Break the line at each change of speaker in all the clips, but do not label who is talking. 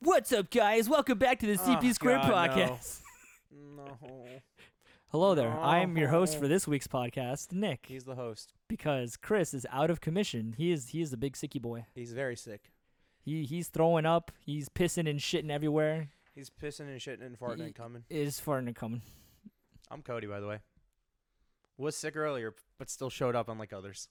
What's up, guys? Welcome back to the CP
Oh,
Squared
God, no.
Podcast.
No.
Hello there. I am your host
No.
for this week's podcast, Nick.
Oh. He's the host.
because Chris is out of commission. He is he is the big sicky boy.
He's very sick.
He he's throwing up. He's pissing and shitting everywhere.
He's pissing and shitting and farting
Ye-
and coming.
Is farting and coming.
I'm Cody, by the way. Was sick earlier, but still showed up unlike others.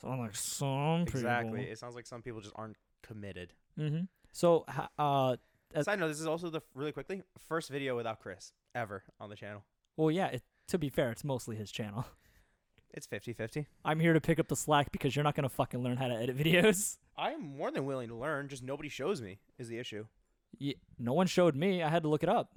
So I'm like some people.
Exactly. It sounds like some people just aren't committed.
Mm-hmm. So h- uh, As-
Side note: This is also the really quickly first video without Chris ever on the channel.
well, yeah. It, to be fair, it's mostly his channel.
It's 50-50.
I'm here to pick up the slack because you're not gonna fucking learn how to edit videos.
I am more than willing to learn. Just nobody shows me is the issue.
Ye- no one showed me. I had to look it up.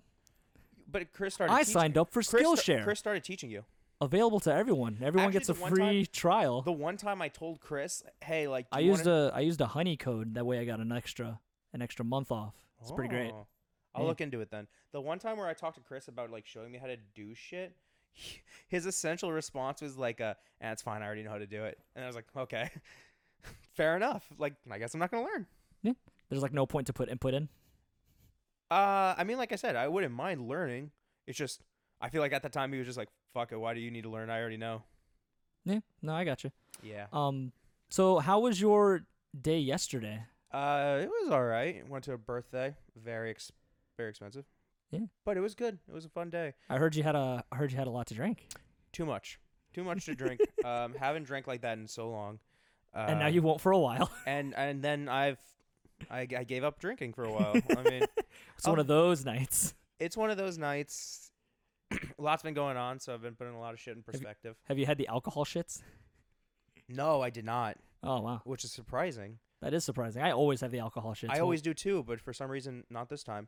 But Chris started.
I
teaching-
signed up for
Chris sta-
Skillshare.
Chris started teaching you.
Available to everyone. Everyone
Actually,
gets a
the one
free trial.
The one time I told Chris, "Hey, like do
I
you wanna-
used a I used a honey code. That way, I got an extra an extra month off. It's pretty great.
Oh. I'll
Yeah.
look into it then. The one time where I talked to Chris about like showing me how to do shit, he- his essential response was like, uh, "Ah, it's fine. I already know how to do it." And I was like, "Okay, fair enough. Like, I guess I'm not gonna learn."
Yeah. There's like no point to put input in.
Uh, I mean, like I said, I wouldn't mind learning. It's just I feel like at the time he was just like, "Fuck it. Why do you need to learn? I already know."
Yeah. No, I got you.
Yeah.
Um. So, how was your day yesterday?
Uh, it was all right. Went to a birthday. Very ex- very expensive.
Yeah.
But it was good. It was a fun day.
I heard you had a I heard you had a lot to drink,
too much too much to drink um haven't drank like that in so long uh,
and now you won't for a while.
and and then i've I, I gave up drinking for a while i mean
it's one
Oh.
of those nights.
it's one of those nights a lot's been going on so i've been putting a lot of shit in
you-
perspective
Have you had the alcohol shits?
no i did not
Oh wow,
which is surprising
that is surprising. I always have the alcohol shits.
i
Well,
always do too but for some reason not this time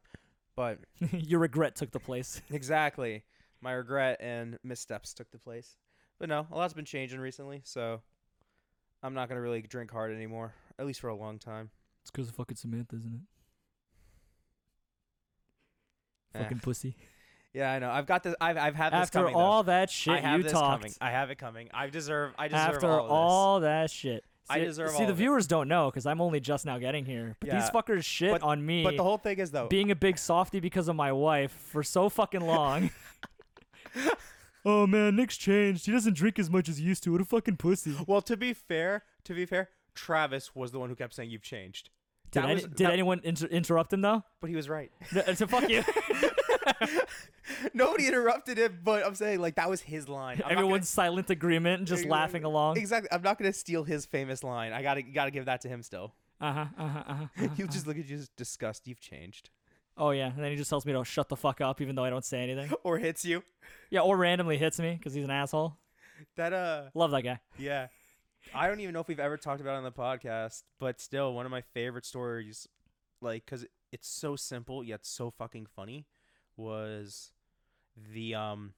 but
your regret took the place.
exactly my regret and missteps took the place but no a lot's been changing recently so i'm not gonna really drink hard anymore at least for a long time
It's because of fucking Samantha, isn't it?
Eh.
Fucking pussy.
Yeah, I know. I've got this. I've I've had this
After
coming. though.
all that shit
I have
you
this
talked,
coming. I have it coming. I deserve. I deserve
after
all. Of
that shit. See,
I deserve
See,
all
the
of it.
viewers don't know because I'm only just now getting here. But these
Yeah.
fuckers shit
But-
on
this.
me
But the whole thing is though.
being a big softy because of my wife for so fucking long. oh man, Nick's changed. He doesn't drink as much as he used to. What a fucking pussy.
well, to be fair, to be fair, Travis was the one who kept saying you've changed.
Did,
That
any-
was-
did
that-
anyone inter- interrupt him though?
But he was right.
No, to fuck you.
Nobody interrupted him. But I'm saying like that was his line. I'm not
Everyone's silent agreement and just
gonna-
laughing along.
Exactly. I'm not gonna steal his famous line. I gotta gotta give that to him still.
Uh huh. Uh huh. Uh-huh.
He'll just look at you just disgust. You've changed.
Oh yeah, and then he just tells me to shut the fuck up, even though I don't say anything.
Or hits you.
Yeah, or randomly hits me because he's an asshole.
That uh.
Love that guy.
Yeah. I don't even know if we've ever talked about it on the podcast, but still one of my favorite stories, like, because it's so simple yet so fucking funny, was the, um,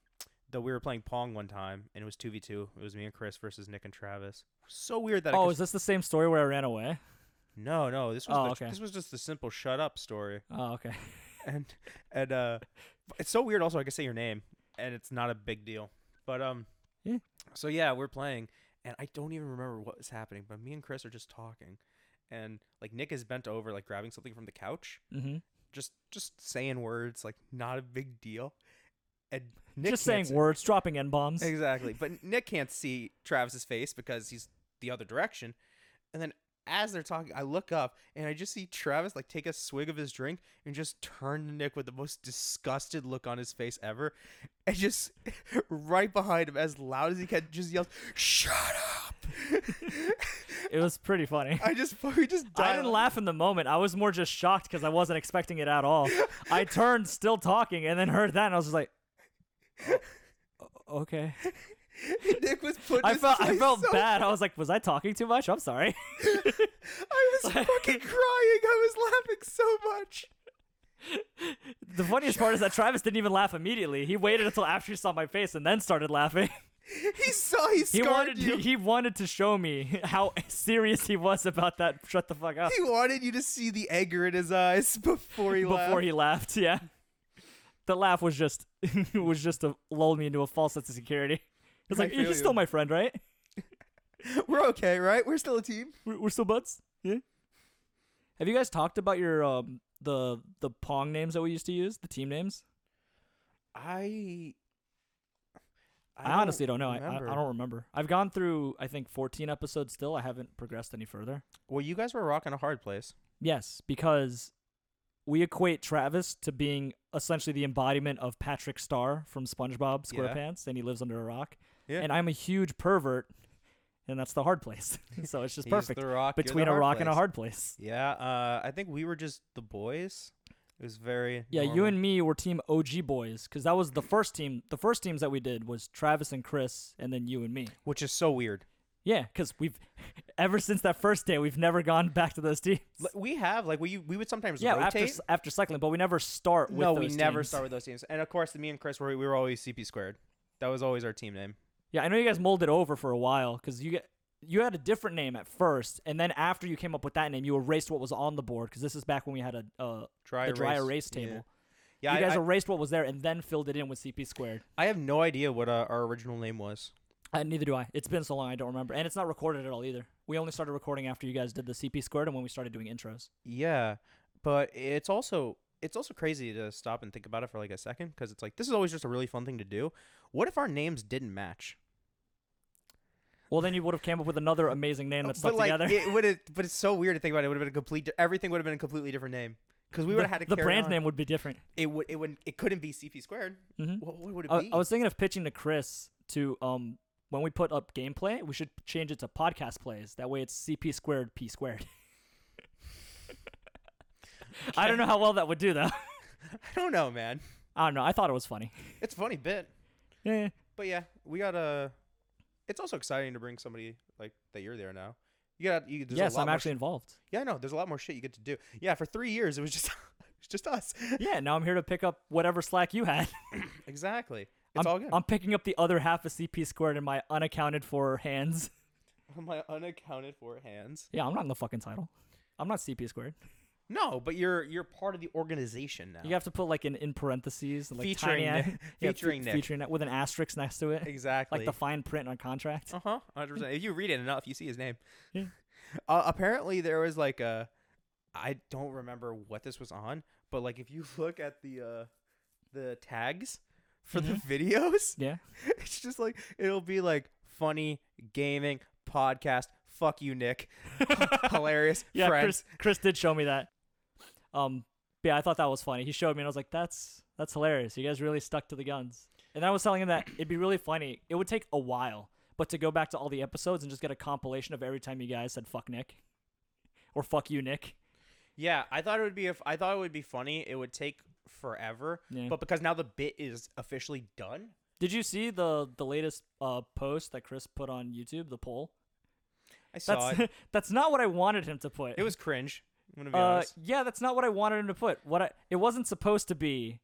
that we were playing Pong one time and it was 2v2. It was me and Chris versus Nick and Travis. So weird that I
Oh,
could-
is this the same story where I ran away?
no, no, this was,
Oh,
the,
okay.
this was just the simple shut up story.
Oh, okay.
And, and, uh, it's so weird also, I can say your name and it's not a big deal. But, um,
Yeah.
So yeah, we're playing, and I don't even remember what was happening. But me and Chris are just talking, and like Nick is bent over, like grabbing something from the couch,
Mm-hmm.
just just saying words, like not a big deal. And Nick
just
can't
saying
see-
words, dropping n bombs.
exactly. But Nick can't see Travis's face because he's the other direction. And then as they're talking, I look up and I just see Travis like take a swig of his drink and just turn to Nick with the most disgusted look on his face ever, and just right behind him as loud as he can just yells, "Shut up!"
It was pretty funny.
I just we just died.
I didn't laugh in the moment. I was more just shocked because I wasn't expecting it at all. I turned, still talking, and then heard that, and I was just like, "Oh, "O- "Okay."
Nick was putting.
I
his
felt I
face
felt
so-
bad. I was like, "Was I talking too much?" I'm sorry.
I was fucking crying. I was laughing so much.
The funniest part is that Travis didn't even laugh immediately. He waited until after he saw my face and then started laughing.
He saw he
He
scarred
wanted
you.
he, he wanted to show me how serious he was about that. Shut the fuck up.
He wanted you to see the anger in his eyes before he left.
before he laughed. Yeah, the laugh was just was just to lull me into a false sense of security. It's
I
like
feel
you're still
you."
my friend, right?
We're okay, right? We're still a team.
We're, we're still buds. Yeah. Have you guys talked about your um the the pong names that we used to use, the team names?
I.
I, honestly don't know. I, I, I
remember.
don't remember. I've gone through I think 14 episodes still. I haven't progressed any further.
Well, you guys were rocking a hard place.
Yes, because we equate Travis to being essentially the embodiment of Patrick Starr from SpongeBob
Yeah.
SquarePants, and he lives under a rock.
Yeah.
And I'm a huge pervert, and that's the hard place. so it's just
He's
perfect
The rock, you're the
between a
hard
rock and a
place.
hard place.
Yeah, uh, I think we were just the boys. It was very.
Yeah, you
normal.
and me were team OG boys because that was the first team. The first teams that we did was Travis and Chris, and then you and me.
which is so weird.
Yeah, because we've ever since that first day we've never gone back to those teams.
Like, We have like we we would sometimes
yeah, after
rotate.
s- after cycling, but we never start with
no, we
those
never
teams.
start with those teams. And of course, me and Chris were we were always CP squared. That was always our team name.
Yeah, I know you guys molded over for a while because you get you had a different name at first, and then after you came up with that name, you erased what was on the board because this is back when we had a uh,
Dry
the dry
erase,
erase
yeah.
table.
Yeah,
you
I,
guys
I,
erased what was there and then filled it in with CP squared.
I have no idea what uh, our original name was.
Uh, neither do I. It's been so long, I don't remember, and it's not recorded at all either. We only started recording after you guys did the CP squared and when we started doing intros.
Yeah, but it's also it's also crazy to stop and think about it for like a second because it's like this is always just a really fun thing to do. What if our names didn't match?
Well, then you would have came up with another amazing name that stuck
but like
together.
it would but it's so weird to think about. It would have been a complete di- everything would have been a completely different name because we would
the,
have had to
the
carry
brand
on.
name would be different.
It would it would it couldn't be CP squared.
Mhm.
What, what would it
I,
be?
I was thinking of pitching to Chris to um when we put up gameplay, we should change it to podcast plays. That way, it's CP squared P squared. I don't know how well that would do though.
I don't know, man.
I don't know. I thought it was funny.
It's a funny bit,
Yeah.
but yeah, we got a. It's also exciting to bring somebody like that. You're there now. You got you. there's a
yes,
lot
I'm
more
actually
sh-
involved.
yeah, I know. There's a lot more shit you get to do. Yeah, for three years it was just it's just us.
Yeah. Now I'm here to pick up whatever slack you had.
Exactly. It's
I'm,
all good.
I'm picking up the other half of CP squared in my unaccounted for hands.
My unaccounted for hands.
Yeah, I'm not in the fucking title. I'm not CP squared.
No, but you're you're part of the organization now.
You have to put like an in parentheses, like
Featuring
tiny,
Nick-
yeah, fe-
featuring Nick.
featuring with an asterisk next to it.
exactly.
like the fine print on contract.
Uh huh. Hundred percent. If you read it enough, you see his name.
Yeah.
Uh, apparently, there was like a. I don't remember what this was on, but like if you look at the uh, the tags for the videos,
Mm-hmm. Yeah.
it's just like it'll be like funny gaming podcast. Fuck you, Nick. Hilarious.
Yeah, Chris
friends.
Chris did show me that. Um but yeah, I thought that was funny. He showed me and I was like, That's that's hilarious. You guys really stuck to the guns. And I was telling him that it'd be really funny. It would take a while, but to go back to all the episodes and just get a compilation of every time you guys said fuck Nick. Or fuck you, Nick.
Yeah, I thought it would be. If I thought it would be funny, it would take forever.
Yeah.
But because now the bit is officially done,
Did you see the the latest uh post that Chris put on YouTube, the poll?
I saw
That's
it.
that's not what I wanted him to put.
It was cringe. I'm gonna be
Uh,
honest.
yeah, that's not what I wanted him to put. What I it wasn't supposed to be.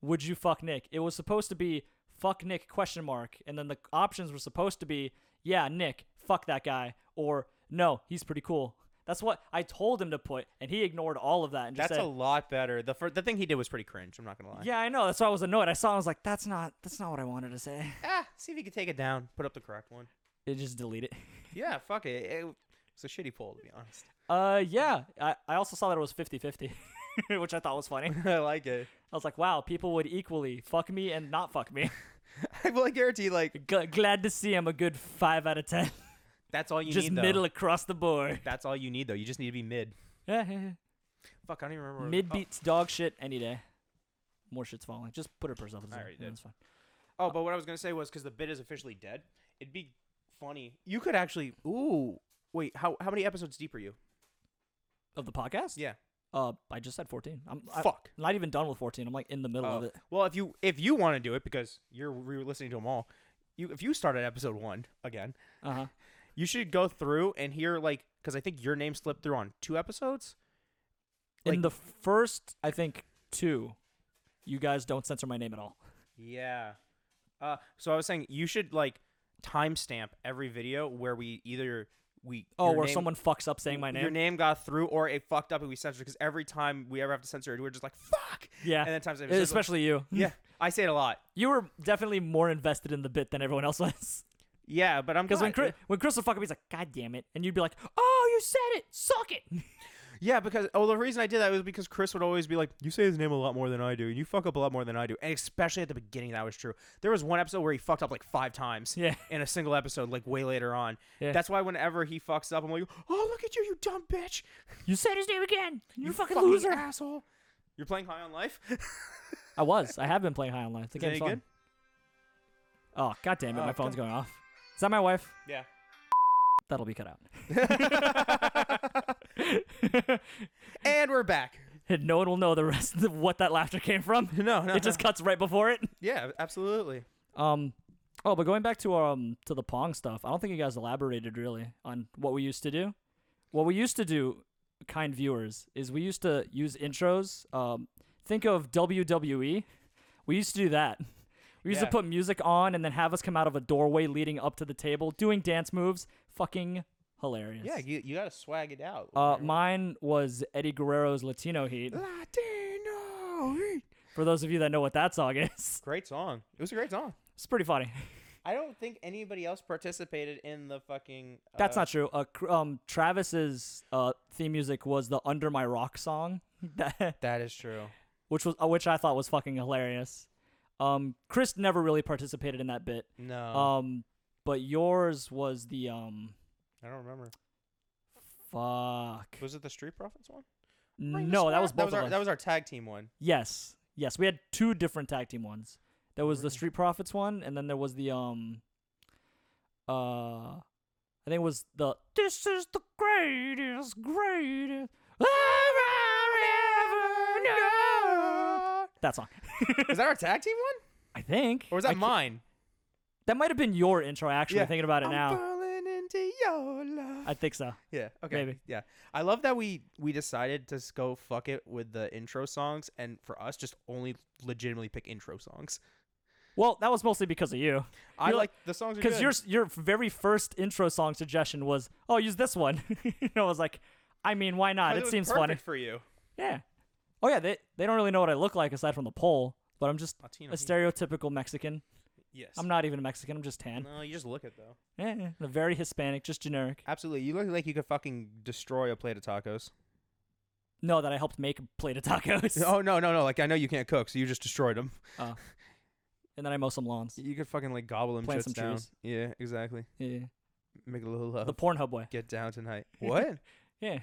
Would you fuck Nick? It was supposed to be fuck Nick question mark, and then the options were supposed to be yeah Nick fuck that guy or no he's pretty cool. That's what I told him to put, and he ignored all of that and just
That's a
said
lot better. The fir- the thing he did was pretty cringe. I'm not gonna lie.
yeah I know. That's why I was annoyed. I saw it, I was like that's not that's not what I wanted to say.
Ah, see if you could take it down. Put up the correct one.
It just delete it.
Yeah, fuck it. It was a shitty poll to be honest.
Uh yeah, I, I also saw that it was 50-50, which I thought was funny.
I like it.
I was like wow people would equally fuck me and not fuck me.
I will guarantee like
G- glad to see I'm a good five out of ten.
that's all you
just
need. though.
middle across the board.
That's all you need though. You just need to be mid.
Yeah, yeah, yeah.
Fuck, I don't even remember. where-
Mid
oh,
beats dog shit any day. More shit's falling. Just put it for something.
I already did.
That's fine.
Oh, but what I was gonna say was because the bit is officially dead. It'd be funny. You could actually. Ooh, wait. How how many episodes deep are you?
Of the podcast?
Yeah.
Uh, I just said 14. I'm I-
Fuck.
not even done with 14. I'm like in the middle of
Oh,
it.
Well, if you if you want to do it because you're re listening to them all, you if you start at episode one again,
Uh huh.
You should go through and hear like because I think your name slipped through on two episodes.
in
like-
the first, I think two, you guys don't censor my name at all.
Yeah. Uh, so I was saying you should like timestamp every video where we either we
Oh,
your
or
name-
someone fucks up saying my
your
name.
name got through or it fucked up and we censored because every time we ever have to censor it we're just like fuck
Yeah.
and then times it was just like-
Especially you.
yeah I say it a lot
You were definitely more invested in the bit than everyone else was.
yeah but I'm
Because when
glad-
Chris, when Chris would fuck up, he's like, "God damn it!" and you'd be like, "Oh, you said it. Suck it."
Yeah, because oh, the reason I did that was because Chris would always be like, "You say his name a lot more than I do, and you fuck up a lot more than I do." And especially at the beginning, that was true. There was one episode where he fucked up like five times
Yeah.
in a single episode, like way later on.
Yeah.
That's why whenever he fucks up, I'm like, "Oh, look at you, you dumb bitch!
You said his name again. You,
You
fucking,
fucking
loser.
asshole! You're playing High on Life."
I was. I have been playing High on Life. The
Is it
game's
any
fun.
good?
Oh, god damn it.
Oh,
my phone's
God.
going off. Is that my wife?
Yeah.
That'll be cut out.
and we're back.
and no one will know the rest of what that laughter came from.
No, no,
It just
no.
cuts right before it.
yeah, absolutely.
Um, oh, but going back to um to the Pong stuff, I don't think you guys elaborated really on what we used to do. What we used to do, kind viewers, is we used to use intros. Um, think of WWE. We used to do that. We used
Yeah.
to put music on and then have us come out of a doorway leading up to the table doing dance moves. Fucking hilarious.
Yeah, you, you gotta swag it out.
Uh, mine was Eddie Guerrero's Latino Heat.
Latino.
For those of you that know what that song is,
Great song. It was a great song.
it's pretty funny.
I don't think anybody else participated in the fucking. Uh,
That's not true. Uh, cr- um, Travis's uh, theme music was the "Under My Rock" song, that,
That is true.
which was uh, which I thought was fucking hilarious. Um, Chris never really participated in that bit.
No,
Um, but yours was the um,
I don't remember.
fuck.
Was it the Street Profits one? Ring the
No, that was
Squad?
both
our,
of us.
That was our tag team one.
yes, yes, we had two different tag team ones. There was the
Really?
Street Profits one, and then there was the um, uh, I think it was the "This is the greatest, greatest." That song.
Is that our tag team one,
I think.
or was
I ca-
that mine?
That might have been your intro, actually,
Yeah.
thinking about it now.
falling into your love.
I think so.
yeah. Okay.
maybe.
Yeah. I love that we we decided to s- go fuck it with the intro songs, and for us, just only legitimately pick intro songs.
Well, that was mostly because of you.
I
You're
like
like-
the songs are
Because
good.
your your very first intro song suggestion was, oh, use this one. and I was like, I mean, why not?
'Cause
It,
was
seems
perfect
funny.
for you.
Yeah. Oh, yeah, they, they don't really know what I look like aside from the poll, but I'm just
Latino.
a stereotypical Mexican.
yes.
I'm not even Mexican, I'm just tan.
No, you just look it though.
Yeah, yeah, a very Hispanic, just generic.
Absolutely. You look like you could fucking destroy a plate of tacos.
No, that I helped make a plate of tacos.
Oh no, no, no. Like I know you can't cook, so you just destroyed them.
And then I mow some lawns.
You could fucking like gobble them
Plant
shits
some
down.
trees.
Yeah, exactly.
Yeah.
Make a little love.
The Pornhub way.
Get down tonight. What?
Yeah.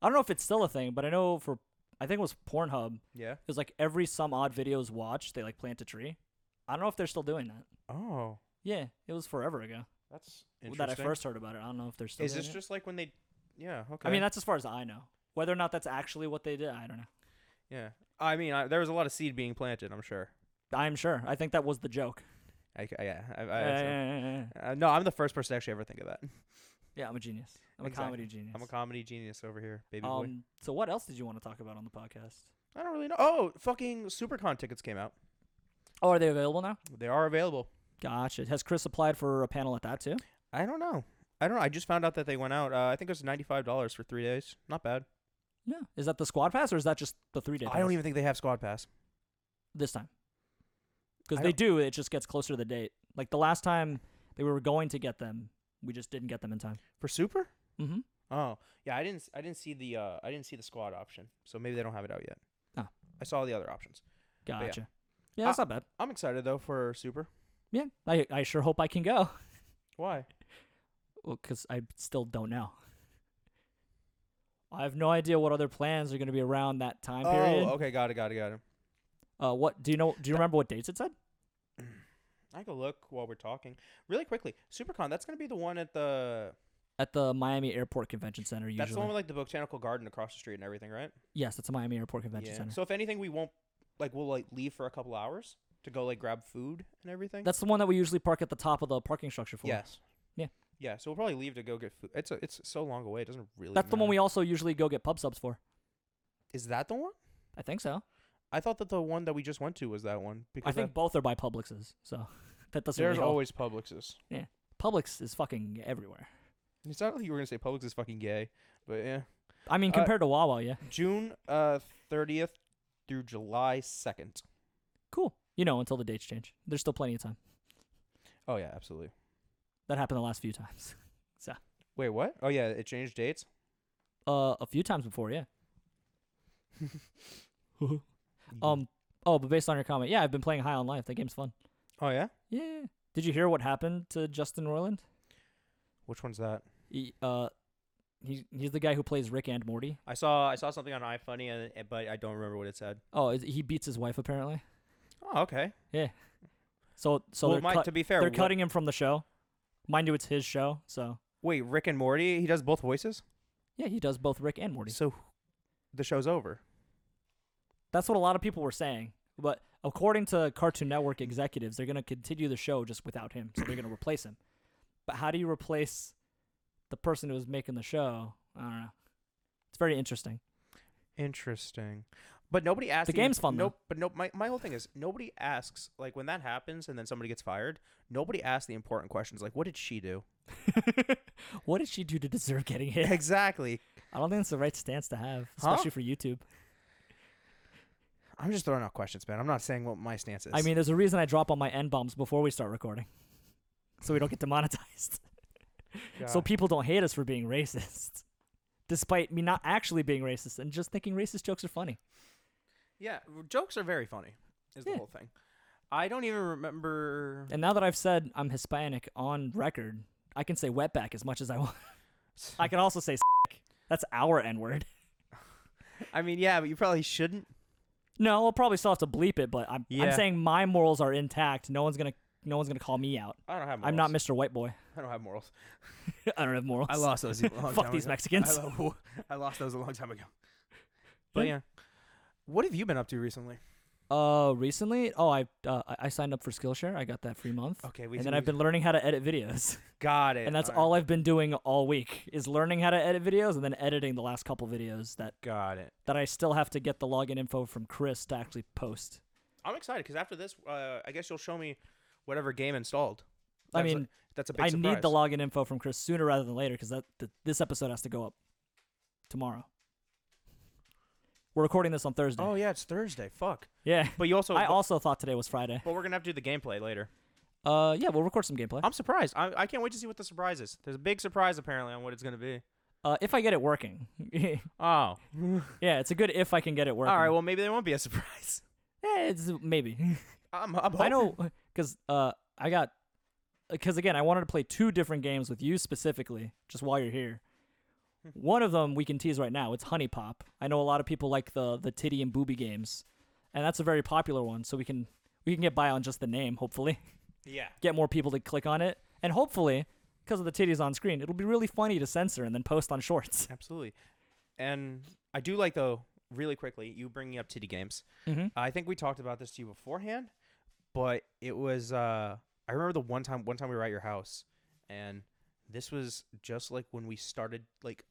I don't know if it's still a thing, but I know for I think it was Pornhub. It
yeah.
was like every some odd videos watched, they like plant a tree. I don't know if they're still doing that.
Oh,
Yeah, it was forever ago
that's
that I first heard about it. I don't know if they're still.
Is
doing
this
it.
just like when they? Yeah. Okay.
I mean, that's as far as I know. Whether or not that's actually what they did, I don't know.
yeah. I mean, I, there was a lot of seed being planted. I'm sure.
I'm sure. I think that was the joke.
I, I, yeah. I, I,
Yeah, yeah,
so-
yeah, yeah, yeah.
Uh, no, I'm the first person to actually ever think of that.
Yeah, I'm a genius. I'm
Exactly.
a comedy genius.
I'm a comedy genius over here, baby boy.
um, so what else did you want to talk about on the podcast?
I don't really know. Oh, fucking SuperCon tickets came out.
Oh, are they available now?
They are available.
Gotcha. Has Chris applied for a panel at that too?
I don't know. I don't know. I just found out that they went out. Uh, I think it was ninety five dollars for three days. Not bad.
No. Is that the squad pass or is that just the three day?
I don't even think they have Squad Pass.
this time because
I
they do it just gets closer to the date like the last time they were going to get them we just didn't get them in time
For Super?
mm-hmm
Oh yeah, I didn't. s- I didn't see the. Uh, I didn't see the Squad option. So maybe they don't have it out yet.
Oh.
I saw the other options. yeah. Uh,
gotcha yeah, that's not bad
I'm excited though for Super.
yeah I, I sure hope i can go
Why?
because i still don't know i have no idea what other plans are going to be around that time period
Oh, okay. Got it. Got it. Got it.
uh what do you know do you remember what dates it said
I can look while we're talking really quickly. SuperCon. That's gonna be the one at the.
at the miami airport convention center usually
That's the one with like the botanical garden across the street and everything, right?
yes that's the miami airport convention center
So if anything, we won't like we'll like leave for a couple hours to go like grab food and everything.
that's the one that we usually park at the top of the parking structure for
Yes.
Yeah.
Yeah. So we'll probably leave to go get food. It's a, it's so long away. It doesn't really.
that's the one
matter.
we also usually go get pub subs for
Is that the one?
i think so
I thought that the one that we just went to was that one because
I think both are by Publix's, so that
that-
doesn't.
there's
really help.
always Publix's.
Publix is fucking everywhere.
It's not like you were gonna say Publix is fucking gay, but yeah.
I mean,
Uh,
compared to Wawa, yeah,
June uh thirtieth through July second.
cool. You know, until the dates change, there's still plenty of time.
Oh yeah, absolutely.
That happened the last few times.
Wait, what? Oh yeah, it changed dates.
uh, a few times before, yeah. um. Oh, but based on your comment, yeah, I've been playing High on Life. That game's fun.
Oh yeah.
Yeah. Did you hear what happened to Justin Roiland?
Which one's that?
He, uh, he, he's the guy who plays Rick and Morty.
I saw I saw something on iFunny, and, and- but I don't remember what it said.
Oh, is- he beats his wife apparently.
Oh okay.
So so
well,
they're,
my,
cut-
to be fair,
they're
wh-
cutting him from the show. Mind you, it's his show, so
Wait, Rick and Morty. He does both voices.
yeah, he does both Rick and Morty.
So the show's over.
That's what a lot of people were saying. But according to Cartoon Network executives, they're going to continue the show just without him. So they're going to replace him. But how do you replace the person who was making the show? I don't know. It's very interesting.
Interesting. But nobody asks.
The game's fun, though.
Nope. But nope. My, my whole thing is nobody asks. Like when that happens, and then somebody gets fired. Nobody asks the important questions. Like, what did she do?
what did she do to deserve getting hit?
exactly.
I don't think it's the right stance to have,
Huh?
especially for YouTube.
I'm just throwing out questions, man. I'm not saying what my stance is.
I mean, there's a reason I drop all my end bombs before we start recording, so we don't get demonetized. So
God.
people don't hate us for being racist, despite me not actually being racist and just thinking racist jokes are funny.
yeah, r- jokes are very funny. Is
Yeah.
the whole thing. I don't even remember.
And now that I've said I'm Hispanic on record, I can say wetback as much as I want. I can also say sick. That's our N word.
I mean, yeah, but you probably shouldn't.
No, I'll probably still have to bleep it, but I'm, I'm
Yeah.
saying my morals are intact. No one's gonna no one's gonna call me out.
I don't have. Morals.
I'm not Mr. White Boy.
I don't have morals.
I don't have morals.
I lost those. A long
Fuck
time
these
ago.
Mexicans.
I, lo- I lost those a long time ago.
Yeah.
But yeah, what have you been up to recently?
Uh, recently, oh, I uh, I- I signed up for Skillshare. I got that free month.
Okay, we
And then I've been learning how to edit videos,
got it,
and that's
alright.
all I've been doing all week is learning how to edit videos, and then editing the last couple videos that
Got it.
that I still have to get the login info from Chris to actually post.
I'm excited because after this, uh, I guess you'll show me whatever game installed.
I
That's a-
mean,
that's a big
I
surprise.
need the login info from Chris sooner rather than later because that th- this episode has to go up tomorrow. We're recording this on Thursday.
Oh yeah, it's Thursday. Fuck.
yeah.
But you also.
I
but,
also thought today was Friday.
but we're gonna have to do the gameplay later.
Uh, yeah, we'll record some gameplay.
I'm surprised. I, I can't wait to see what the surprise is. There's a big surprise apparently on what it's gonna be.
Uh, if I get it working. yeah,
Oh.
it's a good if I can get it working.
All right. Well, maybe there won't be a surprise.
Eh, it's maybe.
I'm. I'm
I
hoping-
know because uh, I got because again, I wanted to play two different games with you specifically, just while you're here. One of them we can tease right now. It's Honey Pop. I know a lot of people like the the titty and booby games, and that's a very popular one. So we can we can get by on just the name. Hopefully,
Yeah.
get more people to click on it, and hopefully, because of the titties on screen, it'll be really funny to censor and then post on Shorts.
Absolutely. And I do like though. Really quickly, you bringing up titty games.
Mm-hmm.
I think we talked about this to you beforehand, but it was uh I remember the one time one time we were at your house and this was just like when we started like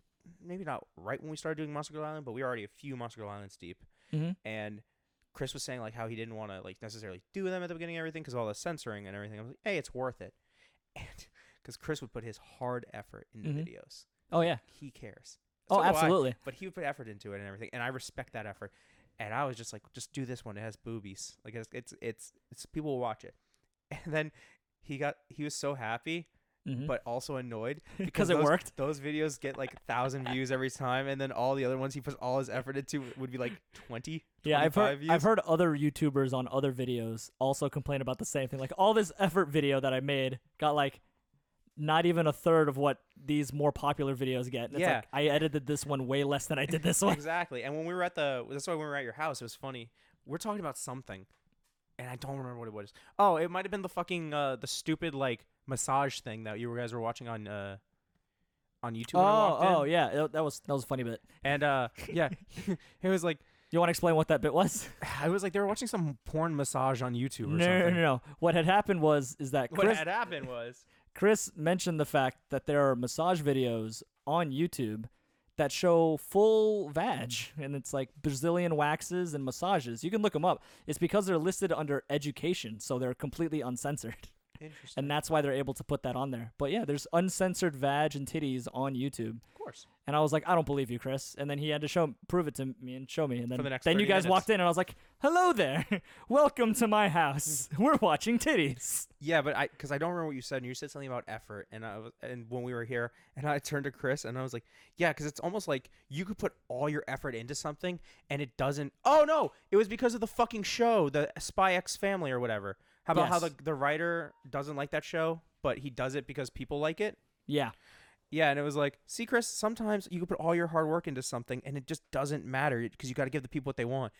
maybe not right when we started doing Monster Girl Island, but we were already a few Monster Girl Islands deep
Mm-hmm.
and Chris was saying like how he didn't want to like necessarily do them at the beginning of everything because all the censoring and everything. I was like, "Hey, it's worth it." And cuz Chris would put his hard effort in the
Mhm.
videos.
Oh yeah.
He cares.
Oh,
So do I
absolutely.
but he would put effort into it and everything, and I respect that effort. And I was just like, just do this one. It has boobies. Like it's it's it's, it's people will watch it. And then he got he was so happy,
Mhm.
but also annoyed
because it
those-
worked.
Those videos get like thousand views every time, and then all the other ones he puts all his effort into would be like twenty.
Yeah, I've heard
25
I've
views.
heard other YouTubers on other videos also complain about the same thing. Like all this effort video that I made got like not even a third of what these more popular videos get. And It's
Yeah.
like I edited this one way less than I did this one.
exactly. And when we were at the that's why when we were at your house, it was funny. We're talking about something, and I don't remember what it was. Oh, it might have been the fucking uh the stupid like massage thing that you guys were watching on uh on YouTube. when I
oh,
walked in.
oh yeah, that- that was that was a funny bit.
And uh yeah, it was like
You want to explain what that bit was?
I was like they were watching some porn massage on YouTube
No,
or
no, no,
something.
no, no. What had happened was is that
What
Chris
had happened was
Chris mentioned the fact that there are massage videos on YouTube that show full vag,
Mm.
and it's like Brazilian waxes and massages. You can look them up. It's because they're listed under education, so they're completely uncensored.
Interesting.
and that's why they're able to put that on there. But yeah, there's uncensored vag and titties on YouTube.
of course.
And I was like, I don't believe you, Chris. And then he had to show, prove it to me and show me. And then,
the next
then you
30
guys
minutes.
walked in, and I was like, "Hello there, welcome to my house. We're watching titties."
Yeah, but I because I don't remember what you said, and you said something about effort, and I was, and when we were here, and I turned to Chris, and I was like, yeah, because it's almost like you could put all your effort into something, and it doesn't. Oh no, it was because of the fucking show, the Spy X Family or whatever. How about how
Yes.
the the writer doesn't like that show, but he does it because people like it.
Yeah,
Yeah, and it was like, see, Chris, sometimes you can put all your hard work into something, and it just doesn't matter because you got to give the people what they want.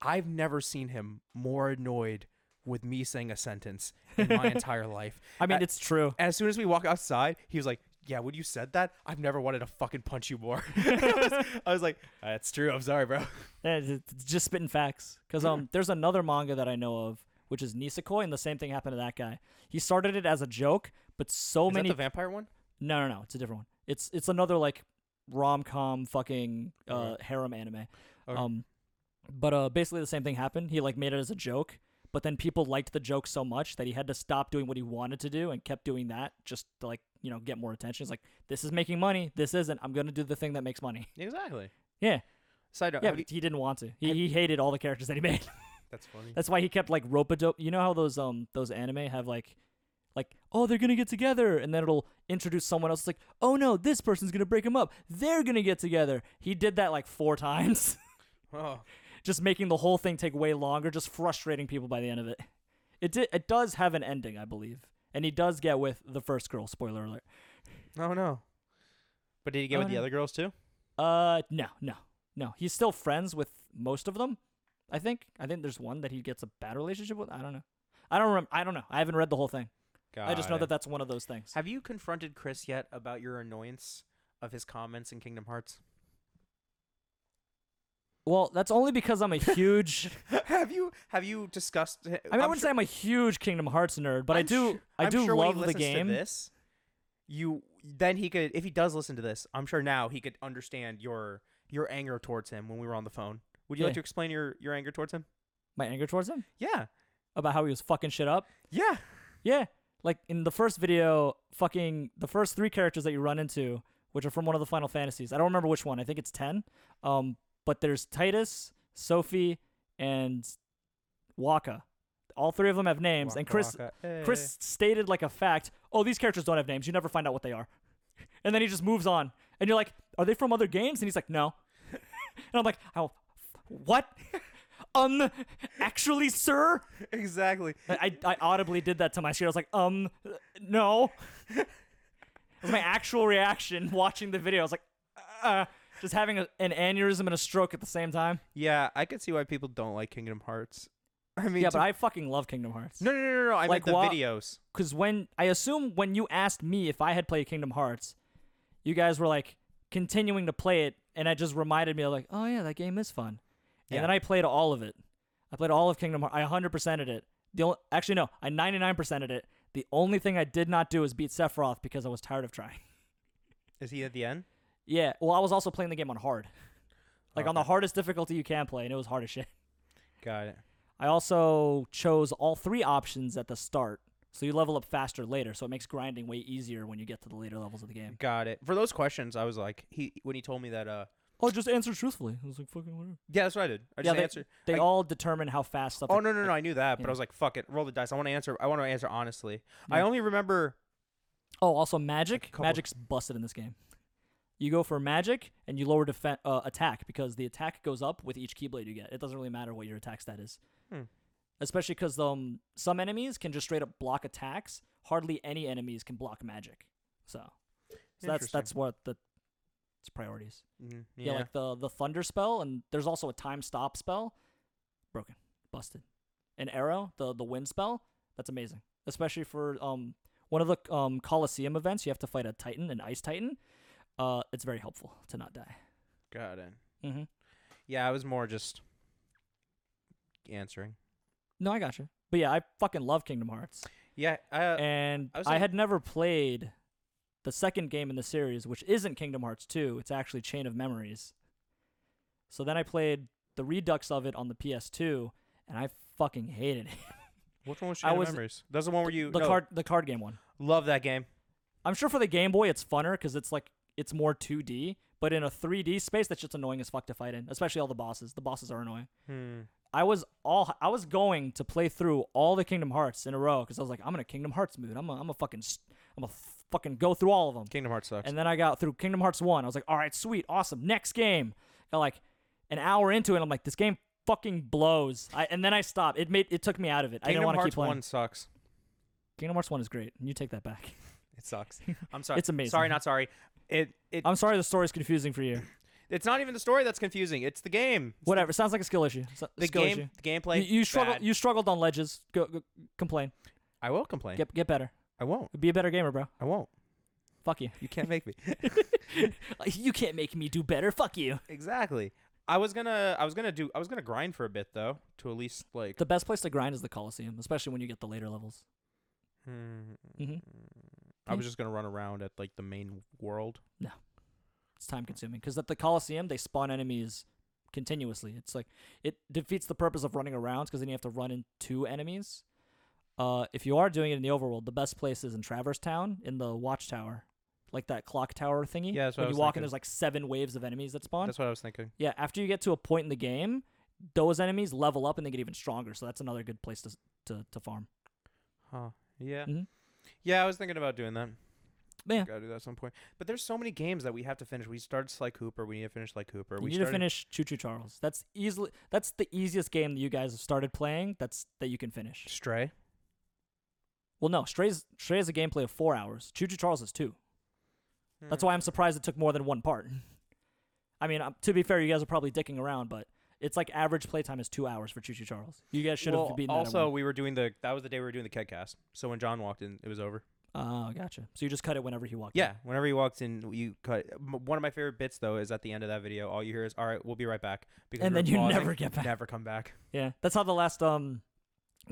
I've never seen him more annoyed with me saying a sentence in my entire life.
I mean,
A-
it's true.
and as soon as we walk outside, he was like, "Yeah, when you said that, I've never wanted to fucking punch you more." I, was, I was like, "That's true. I'm sorry, bro."
Yeah, Eh, it's- it's just spitting facts. Because um, there's another manga that I know of, which is Nisekoi, and the same thing happened to that guy. He started it as a joke, but so
Is
many.
that the vampire one?
no, no, no. It's a different one. It's it's another like rom com fucking uh,
Alright.
harem anime.
Okay.
Um, but uh, basically the same thing happened. He like made it as a joke, but then people liked the joke so much that he had to stop doing what he wanted to do and kept doing that just to like you know get more attention. He's like, this is making money. This isn't. I'm gonna do the thing that makes money.
Exactly.
Yeah,
Side note.
yeah.
have you-
But he didn't want to. He, he hated all the characters that he made.
that's funny.
That's why he kept like rope dope. You know how those um those anime have like like oh they're gonna get together and then it'll introduce someone else. It's like oh no this person's gonna break them up. They're gonna get together. He did that like four times,
oh,
just making the whole thing take way longer, just frustrating people by the end of it. It did, it does have an ending, I believe, and he does get with the first girl. Spoiler alert.
oh no.
But did he get
Oh,
with the
no.
other girls too?
Uh no no no he's still friends with most of them. I think I think there's one that he gets a bad relationship with. I don't know. I don't remember. I don't know. I haven't read the whole thing. I just know
Got
that
it.
that's one of those things.
Have you confronted Chris yet about your annoyance of his comments in Kingdom Hearts?
Well, that's only because I'm a huge.
have you have you discussed? I mean,
I mean, I wouldn't say I'm a huge Kingdom Hearts nerd, but i do. I do love the game.
this, you then he could if he does listen to this, I'm sure now he could understand your your anger towards him when we were on the phone. Would you
Yeah.
like to explain your your anger towards him?
My anger towards him
Yeah,
about how he was fucking shit up.
yeah.
Yeah, like in the first video, fucking the first three characters that you run into, which are from one of the Final Fantasies. I don't remember which one. I think it's ten. Um, but there's Titus, Sophie, and Waka. All three of them have names, and Chris Chris stated like a fact. Oh, these characters don't have names. You never find out what they are. And then he just moves on. And you're like, are they from other games? And he's like, no. and I'm like, oh, f- what? um, actually, sir.
exactly.
I, I I audibly did that to my screen. I was like, um, uh, no. It was my actual reaction watching the video. I was like, uh, just having a, an aneurysm and a stroke at the same time.
Yeah, I could see why people don't like Kingdom Hearts. I mean,
Yeah,
to-
but I fucking love Kingdom Hearts.
no, no, no, no, no. I
Like
like the
wha-
videos.
because when I assume when you asked me if I had played Kingdom Hearts, you guys were like continuing to play it, and it just reminded me like, oh yeah, that game is fun.
Yeah.
And then I played all of it. I played all of Kingdom Hearts. I 100%ed it. The only, actually no, I 99%ed it. The only thing I did not do is beat Sephiroth because I was tired of trying.
Is he at the end?
yeah, well, I was also playing the game on hard, like on the
Okay.
hardest difficulty you can play, and it was hard as shit.
Got it.
I also chose all three options at the start, so you level up faster later, so it makes grinding way easier when you get to the later levels of the game.
Got it. For those questions, I was like, he when he told me that. uh
Oh, just answer truthfully. I was like, fucking whatever.
Yeah, that's what I did. I just
yeah, they,
answered.
they
I-
all determine how fast stuff.
Oh no, no, no! I knew that, but
yeah.
I was like, "Fuck it, roll the dice." I want to answer. I want to answer honestly. I
Yeah.
only remember
Oh, also magic.
couple-
Magic's busted in this game. You go for magic and you lower defen- uh, attack because the attack goes up with each keyblade you get. It doesn't really matter what your attack stat is.
Hmm.
Especially because um, some enemies can just straight up block attacks. Hardly any enemies can block magic. So, so that's
Interesting.
that's what the it's priorities.
Mm,
Yeah. like the the thunder spell, and there's also a time stop spell. Broken, busted. An arrow, the the wind spell. That's amazing, especially for um one of the um Colosseum events. You have to fight a Titan, an Ice Titan. Uh, it's very helpful to not die.
got it.
Mm-hmm.
Yeah, I was more just answering.
No, I gotcha. But yeah, I fucking love Kingdom Hearts,
Yeah, uh,
and
I was
I,
like-
had never played the second game in the series, which isn't Kingdom Hearts two. It's actually Chain of Memories. So then I played the Redux of it on the PS2, and I fucking hated it.
Which one was
I
Chain of
was-
Memories? That's the one where you
The
no,
card the card game one.
Love that game.
I'm sure for the Game Boy it's funner because it's like it's more 2D, but in a 3D space that's just annoying as fuck to fight in, especially all the bosses. The bosses are annoying.
Hmm.
I was all I was going to play through all the Kingdom Hearts in a row because I was like, I'm in a Kingdom Hearts mood. I'm a I'm a fucking s- I'm a fucking go through all of them.
Kingdom Hearts sucks.
And then I got through Kingdom Hearts 1. I was like, all right, sweet, awesome, next game. Got like an hour into it. I'm like, this game fucking blows. I, and then I stopped. It made it took me out of it. I didn't
Kingdom
want to keep
Hearts
playing.
One sucks.
Kingdom Hearts 1 is great. You take that back.
It sucks. I'm sorry.
It's amazing.
Sorry, not sorry. It it
I'm sorry the story's confusing for you.
it's not even the story that's confusing. It's the game. It's
Whatever. Sounds like a skill issue. S-
The
skill
game.
issue.
The gameplay.
you, you struggled.
bad.
You struggled on ledges. Go, go complain.
I will complain.
Get get better.
I won't.
Be a better gamer, bro.
I won't.
Fuck you.
You can't make me.
Like, you can't make me do better. Fuck you.
exactly.
I was gonna I was gonna do I was gonna grind for a bit though to at least like
The best place to grind is the Coliseum, especially when you get the later levels.
Hmm.
hmm
I was just gonna run around at like the main world.
It's time consuming because at the Coliseum they spawn enemies continuously. It's like it defeats the purpose of running around because then you have to run into enemies. Uh, if you are doing it in the overworld, the best place is in Traverse Town in the Watchtower, like that clock tower thingy.
Yeah, that's what
when
I
you
was
walk
thinking.
in, there's like seven waves of enemies that spawn.
That's what I was thinking.
Yeah, after you get to a point in the game, those enemies level up and they get even stronger. So that's another good place to s- to, to farm.
Huh. Yeah.
Mhm.
Yeah, I was thinking about doing that.
Yeah.
Gotta do that at some point. But there's so many games that we have to finish. We started Sly Cooper. We need to finish Sly Cooper.
You
we
need to
started,
finish Choo Choo Charles. That's easily that's the easiest game that you guys have started playing. That's that you can finish.
Stray.
Well, no, Stray's Stray is a gameplay of four hours. Choo Choo Charles is two.
Hmm.
That's why I'm surprised it took more than one part. I mean, um, to be fair, you guys are probably dicking around, but it's like average playtime is two hours for Choo Choo Charles. You guys should have
Well,
beaten
Also,
that. at one.
we were doing the that was the day we were doing the Kedcast. So when John walked in, it was over.
Oh, gotcha. So you just cut it whenever he walked. in.
Yeah. Whenever he walks in, you cut. M- one of my favorite bits though is at the end of that video. All you hear is, "All right, we'll be right back," because
And
we were
then you
pausing,
never get back.
Never come back.
Yeah, that's how the last um,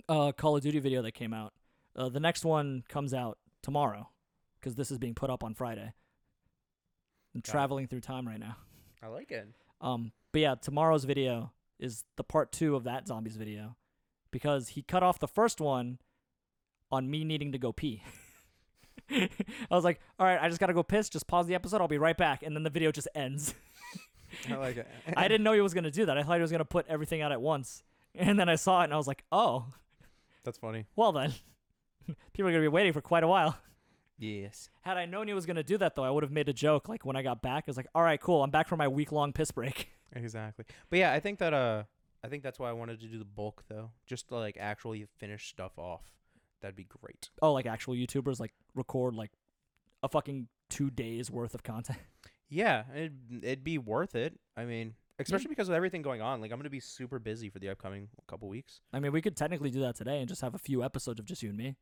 uh, Call of Duty video that came out. Uh, the next one comes out tomorrow, because this is being put up on Friday. I'm
Got it.
traveling through time right now.
I like it.
Um, but yeah, tomorrow's video is the part two of that zombies video, because he cut off the first one on me needing to go pee. I was like, all right, I just gotta go piss. Just pause the episode. I'll be right back. And then the video just ends.
I like it.
I didn't know he was gonna do that. I thought he was gonna put everything out at once. And then I saw it and I was like, oh.
That's funny.
Well then, people are gonna be waiting for quite a while.
Yes.
Had I known he was gonna do that though, I would have made a joke. Like when I got back, I was like, "All right, cool, I'm back from my week long piss break."
Exactly. But yeah, I think that uh I think that's why I wanted to do the bulk though. Just to like actually finish stuff off. That'd be great.
Oh, like actual YouTubers like record like a fucking two days worth of content.
Yeah, it it'd be worth it. I mean, especially because with everything going on, like I'm going to be super busy for the upcoming couple weeks.
I mean, we could technically do that today and just have a few episodes of just you and me.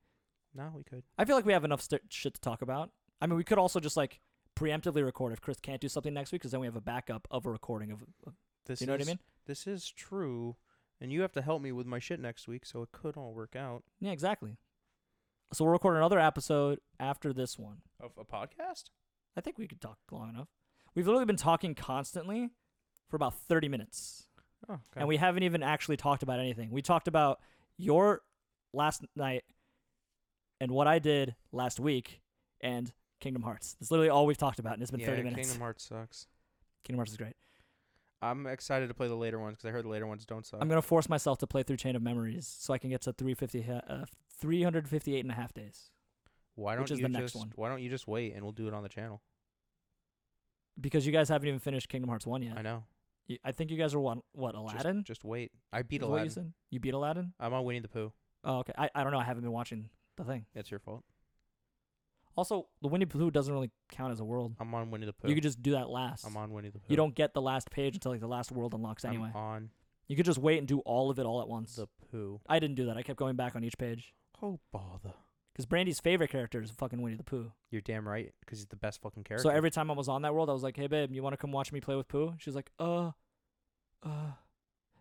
No, we could.
I feel like we have enough st- shit to talk about. I mean, we could also just like preemptively record if Chris can't do something next week, because then we have a backup of a recording of. of
This
you know what I
is-
mean?
This is true. And you have to help me with my shit next week, so it could all work out.
Yeah, exactly. So we'll record another episode after this one.
Of a podcast?
I think we could talk long enough. We've literally been talking constantly for about 30 minutes,
Oh, okay.
and we haven't even actually talked about anything. We talked about your last night and what I did last week and Kingdom Hearts. That's literally all we've talked about, and it's been
yeah,
30 minutes.
Kingdom
Kingdom,
Hearts sucks.
Hearts is great.
I'm excited to play the later ones because I heard the later ones don't suck.
I'm going to force myself to play through Chain of Memories so I can get to 350, ha- uh, 358 and a half days
why don't
which is
you
the next
just
one.
why don't you just wait and we'll do it on the channel?
because you guys haven't even finished Kingdom Hearts 1 yet.
I know.
You- I think you guys are, one, what,
Just-
Aladdin?
Just, wait. I beat
Is what You,
Aladdin.
said? you beat Aladdin?
I'm on Winnie the Pooh.
Oh, okay. I, I don't know. I haven't been watching the thing.
That's your fault.
Also, the Winnie the Pooh doesn't really count as a world.
I'm on Winnie the Pooh.
You could just do that last.
I'm on Winnie the Pooh.
You don't get the last page until like the last world unlocks
I'm
anyway.
on
You could just wait and do all of it all at once.
the Pooh.
I didn't do that. I kept going back on each page
Oh bother.
because Brandy's favorite character is fucking Winnie the Pooh.
You're damn right, because he's the best fucking character.
So every time I was on that world, I was like, "Hey babe, you want to come watch me play with Pooh?" She's like, "Uh, uh,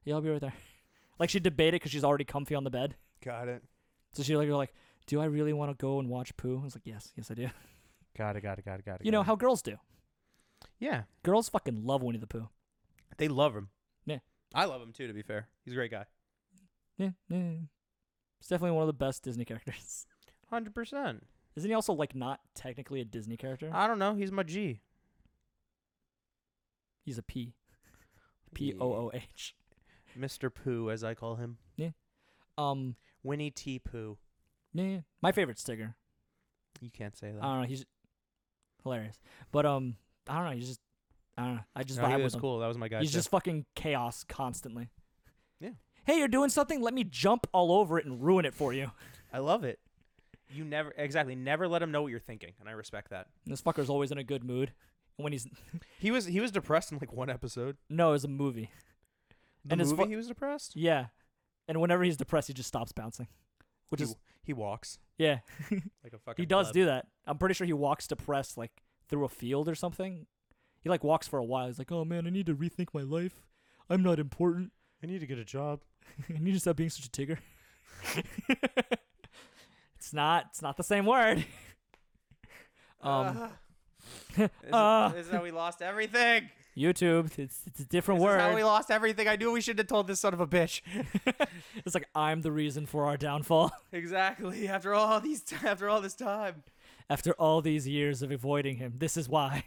yeah, I'll be right there." like she debated because she's already comfy on the bed.
Got it.
So she like, like, "Do I really want to go and watch Pooh?" I was like, "Yes, yes I do."
got it, got it, got it, got it.
You know
got
how girls do.
it. Yeah,
Girls fucking love Winnie the Pooh.
they love him.
Yeah.
I love him too. To be fair, he's a great guy.
Yeah, yeah. He's definitely one of the best Disney characters.
Hundred percent.
Isn't he also like not technically a Disney character?
I don't know. He's my G.
He's a P. P O O H.
Mister Pooh, as I call him,
Um,
Winnie T. Pooh.
yeah, yeah. my favorite sticker.
You can't say that.
I don't know. He's hilarious, but um, I don't know. He's just, I don't know. I just
No,
vibe
he
with
was
him.
cool. That was my guy.
He's
too.
just fucking chaos constantly.
Yeah.
Hey, you're doing something. Let me jump all over it and ruin it for you.
I love it. You never exactly never let him know what you're thinking, and I respect that.
This fucker's always in a good mood. And when he's
He was he was depressed in like one episode.
no, it's a movie.
The
And it's
movie
fu-
he was depressed.
Yeah. And whenever he's depressed, he just stops bouncing. Which
he,
is
he walks
yeah,
like a fucking.
he does
pleb.
do that. I'm pretty sure he walks depressed like through a field or something. He like walks for a while. He's like, "Oh man, I need to rethink my life. I'm not important.
I need to get a job.
I need to stop being such a tigger." it's not. It's not the same word. Um,
Ah. This,
Ah.
is, this is how we lost everything.
YouTube. It's it's a different
This
word.
is how we lost everything. I knew we should have told this son of a bitch.
it's like I'm the reason for our downfall.
exactly. After all these, t- after all this time,
After all these years of avoiding him, this is why.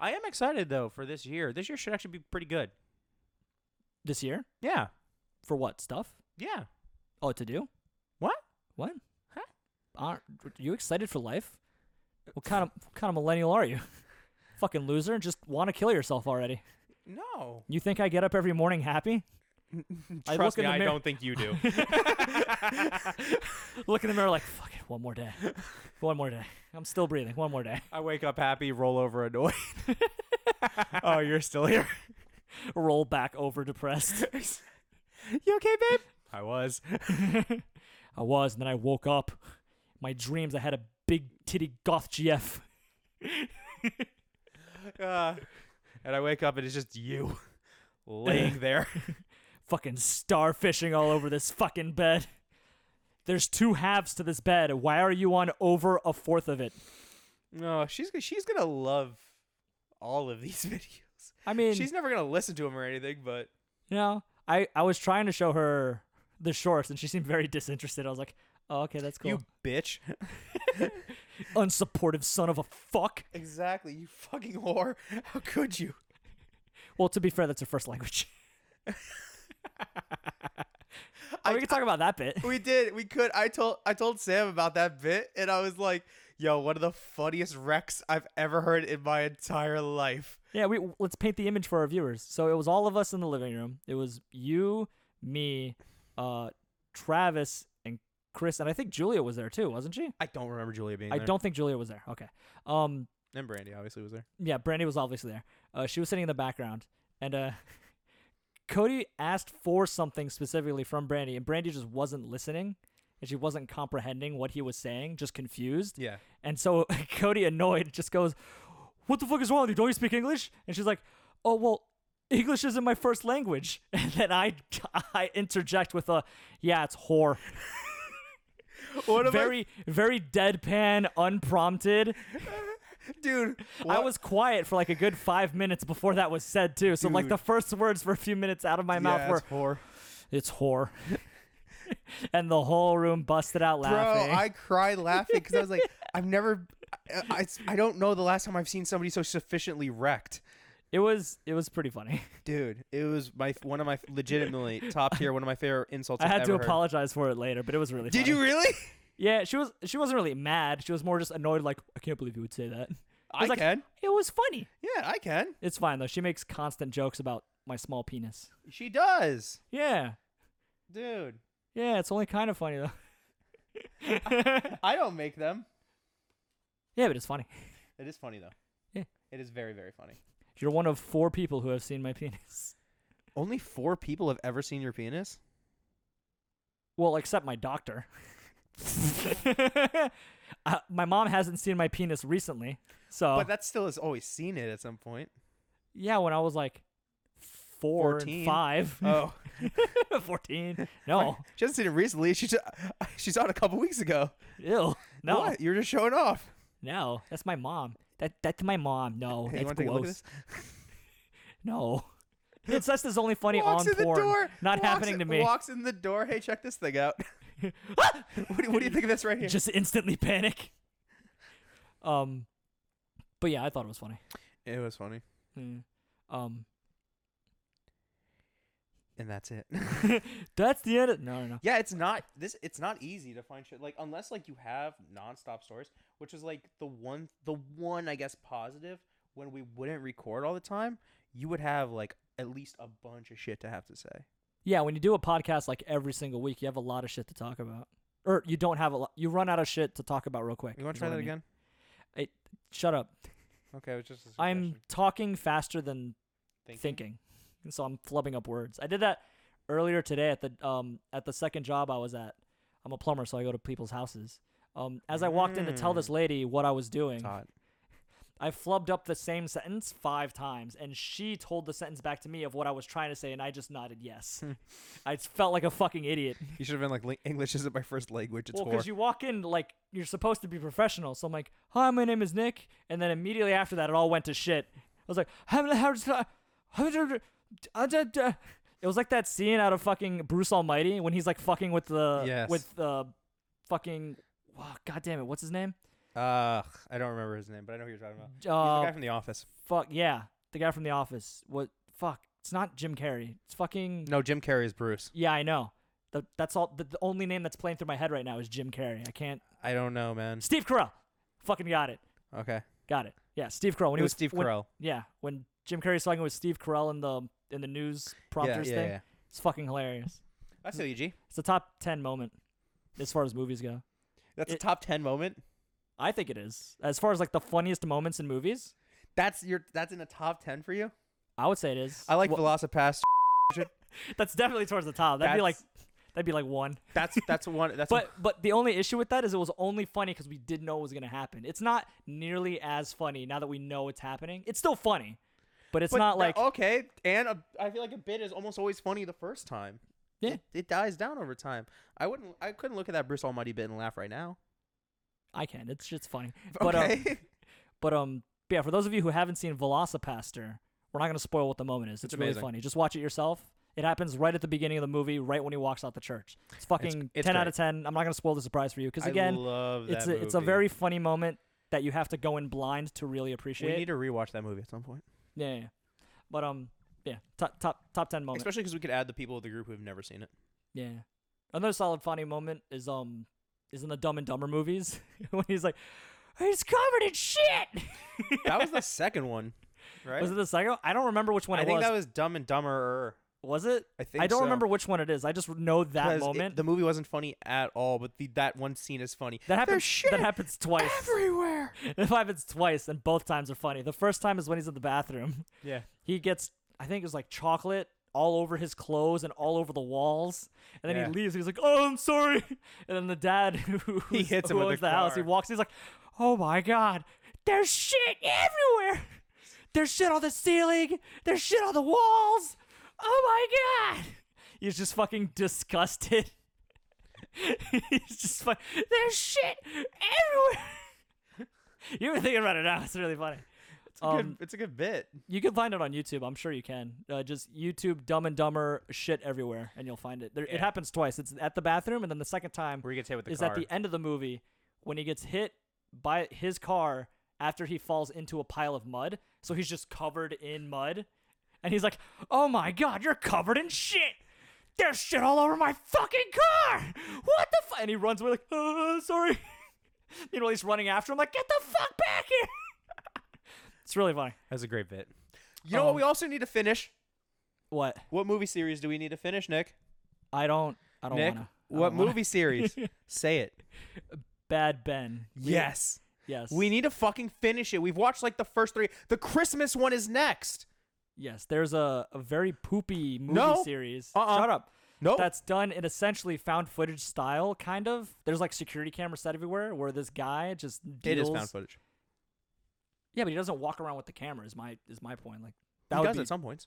I am excited though for this year. This year should actually be pretty good.
This year
Yeah.
for what stuff?
Yeah.
Oh, to do?
What?
What?
Huh?
Aren't are you excited for life? What kind of what kind of millennial are you? Fucking loser and just want to kill yourself already.
No.
You think I get up every morning happy? I
Trust
look
me,
in the
I
mirror-
don't think you do.
Look in the mirror like, fuck it, one more day. One more day. I'm still breathing. One more day.
I wake up happy, roll over annoyed. oh, you're still here.
Roll back over depressed.
You okay, babe? I was.
I was, and then I woke up. My dreams, I had a big titty goth GF.
Uh, and I wake up and it's just you laying there.
Fucking starfishing all over this fucking bed. There's two halves to this bed. Why are you on over a fourth of it?
No, she's she's gonna love all of these videos.
I mean,
She's never gonna listen to them or anything, but
you know, I, I was trying to show her the shorts, and she seemed very disinterested. I was like, oh, okay, that's cool.
you bitch.
unsupportive son of a fuck.
exactly, you fucking whore. How could you?
Well, to be fair, that's her first language. Oh, we can talk about that bit.
We did. We could. I told I told Sam about that bit, and I was like, "Yo, one of the funniest wrecks I've ever heard in my entire life."
Yeah, we let's paint the image for our viewers. So it was all of us in the living room. It was you, me, uh, Travis, and Chris, and I think Julia was there too, wasn't she?
I don't remember Julia being
I don't think Julia was there. Okay. Um,
And Brandy obviously was there.
yeah, Brandy was obviously there. Uh, she was sitting in the background, and uh, Cody asked for something specifically from Brandy, and Brandy just wasn't listening, and she wasn't comprehending what he was saying, just confused.
Yeah.
And so Cody, annoyed, just goes, What the fuck is wrong with you? Don't you speak English? And she's like, Oh, well, English isn't my first language. And then I, I interject with a, Yeah, it's whore.
What am
Very, very deadpan, unprompted.
I, dude?
I was quiet for like a good five minutes before that was said, too. So, like,
Dude.
the first words for a few minutes out of my mouth were,
whore.
It's whore. and the whole room busted out
Bro,
laughing.
I cried laughing because I was like, I've never, I, I, I don't know the last time I've seen somebody so sufficiently wrecked.
It was, it was pretty funny.
Dude, it was my one of my legitimately top tier, one of my favorite insults.
I
I've
had to
ever heard.
apologize for it later, but it was really.
Did
funny.
you really?
Yeah, she was. She wasn't really mad. She was more just annoyed. Like, I can't believe you would say that.
I
was like-
can.
It was funny.
Yeah, I can.
It's fine though. She makes constant jokes about my small penis.
She does,
Yeah,
dude.
yeah. It's only kind of funny though.
I don't make them.
Yeah, but it's funny.
It is funny though.
Yeah.
It is very very funny.
You're one of four people who have seen my penis.
Only four people have ever seen your penis.
Well, except my doctor. uh, my mom hasn't seen my penis recently, so
But that still has always seen it at some point.
yeah. When I was like four and
14.
five,
Oh,
fourteen. No,
she hasn't seen it recently. She just, she saw it a couple weeks ago.
ill. No,
What? You're just showing off.
No, that's my mom. That that's my mom. No,
Hey,
that's
you wanna take a look at
gross. No, incest is only funny
walks
on
in
porn.
the door.
Not
walks-
happening to me.
Walks in the door. Hey, check this thing out. what, do, what do you think of this right here?
just instantly panic. Um, but yeah, I thought it was funny.
It was funny,
Mm. Um,
and that's it.
that's the end. Of- no, no, no.
yeah, it's not this. It's not easy to find shit like unless like you have nonstop stories, which is like the one, the one I guess positive when we wouldn't record all the time, you would have like at least a bunch of shit to have to say.
Yeah, when you do a podcast like every single week, you have a lot of shit to talk about, or you don't have a lot. You run out of shit to talk about real quick.
You want
is
to try
what I
that
mean.
again?
Shut up.
Okay, it was just. A
I'm
suggestion.
talking faster than
Thinking.
thinking. And so I'm flubbing up words. I did that earlier today at the um at the second job I was at. I'm a plumber, so I go to people's houses. Um, as I walked in to tell
Mm.
this lady what I was doing,
Todd.
I flubbed up the same sentence five times, and she told the sentence back to me of what I was trying to say, and I just nodded yes. I just felt like a fucking idiot.
You should have been like, "Li- English isn't my first language. It's
Well,
whore."
because you walk in like you're supposed to be professional, so I'm like, "Hi, my name is Nick," and then immediately after that, it all went to shit. I was like, "How how uh, It was like that scene out of fucking Bruce Almighty when he's like fucking with the
Yes.
with the fucking oh, god damn it, what's his name?
Ugh, I don't remember his name, but I know who you're talking about. He's the
Uh,
guy from The Office.
fuck yeah, the guy from The Office. What fuck? It's not Jim Carrey. It's fucking
No, Jim Carrey is Bruce.
yeah, I know. The, that's all. The, the only name that's playing through my head right now is Jim Carrey. I can't.
I don't know, man.
Steve Carell, fucking got it.
Okay,
Got it. Yeah, Steve Carell. When
it
he was
was Steve
when-
Carell.
Yeah, when Jim Carrey's talking with Steve Carell in the in the news
Yeah,
prompters
yeah,
thing,
yeah.
it's fucking hilarious.
That's E OEG.
It's a top ten moment as far as movies go.
That's a
It-
top ten moment.
I think it is as far as like the funniest moments in movies.
That's your. That's in the top ten for you.
I would say it is.
I like
Well,
Velocipaster.
that's definitely towards the top. That'd be like
That's-
that'd be like one.
That's that's one. That's
But but the only issue with that is it was only funny because we did know it was gonna happen. It's not nearly as funny now that we know it's happening. It's still funny, but it's
but
not like
that- okay. And a, I feel like a bit is almost always funny the first time.
Yeah.
It, it dies down over time. I wouldn't. I couldn't look at that Bruce Almighty bit and laugh right now.
I can. It's just funny. But um,
okay.
But um, but yeah, for those of you who haven't seen Velocipaster, we're not gonna spoil what the moment is. It's, really
amazing.
funny. Just watch it yourself. It happens right at the beginning of the movie, right when he walks out the church. It's fucking
it's
ten out
great.
of ten. I'm not gonna spoil the surprise for you because
I
again,
love
it's a
that
it's a
movie.
very funny moment that you have to go in blind to really appreciate.
We need to rewatch that movie at some point,
yeah, yeah, yeah. but um, yeah, top top top ten moment.
especially because we could add the people of the group who've never seen it.
Yeah. Another solid funny moment is um is in the Dumb and Dumber movies when he's like, he's covered in shit.
That was the second one, right?
Was it the second? one? I don't remember which one
I
it
think
was.
that was Dumb and Dumber.
was it?
I think
I don't
so.
remember which one it is. I just know that
'Cause it-
moment.
the movie wasn't funny at all, but the, that one scene is funny.
that
There's
happens.
shit
That happens twice.
everywhere.
That happens twice, and both times are funny. The first time is when he's in the bathroom.
Yeah.
He gets, I think it was like chocolate all over his clothes and all over the walls, and then
Yeah.
he leaves. He's like, "Oh, I'm sorry," and then the dad who who's-
hits him
who
with the
owns the house. He
car.
walks. He's like, "Oh my god, there's shit everywhere. There's shit on the ceiling. There's shit on the walls. Oh my god." He's just fucking disgusted. He's just like, there's shit everywhere. you were thinking about it now. It's really funny.
It's a,
Um,
good, it's a good bit.
You can find it on YouTube. I'm sure you can. Uh, just YouTube Dumb and Dumber shit everywhere, and you'll find it. There, It
Yeah.
happens twice. It's at the bathroom, and then the second time
Where he gets hit with the
is
car.
at the end of the movie when he gets hit by his car after he falls into a pile of mud. So he's just covered in mud. And he's like, oh my God, you're covered in shit. There's shit all over my fucking car. What the fuck? And he runs away like, oh, sorry. you know, he's running after him like, get the fuck back here. it's really funny.
That's a great bit. You know what?
Um,
We also need to finish.
What?
What movie series do we need to finish, Nick?
I don't, I don't
Nick,
want to.
what movie series? Say it.
Bad Ben. We-
Yes.
Yes.
We need to fucking finish it. We've watched like the first three. The Christmas one is next.
Yes, there's a, a very poopy movie
No.
series.
Uh-uh.
Shut up.
Nope.
That's done in essentially found footage style, kind of. There's like security cameras set everywhere where this guy just
it
deals.
is found footage.
Yeah, but he doesn't walk around with the camera. Is my is my point. Like that
That he
would
does
be
at some points.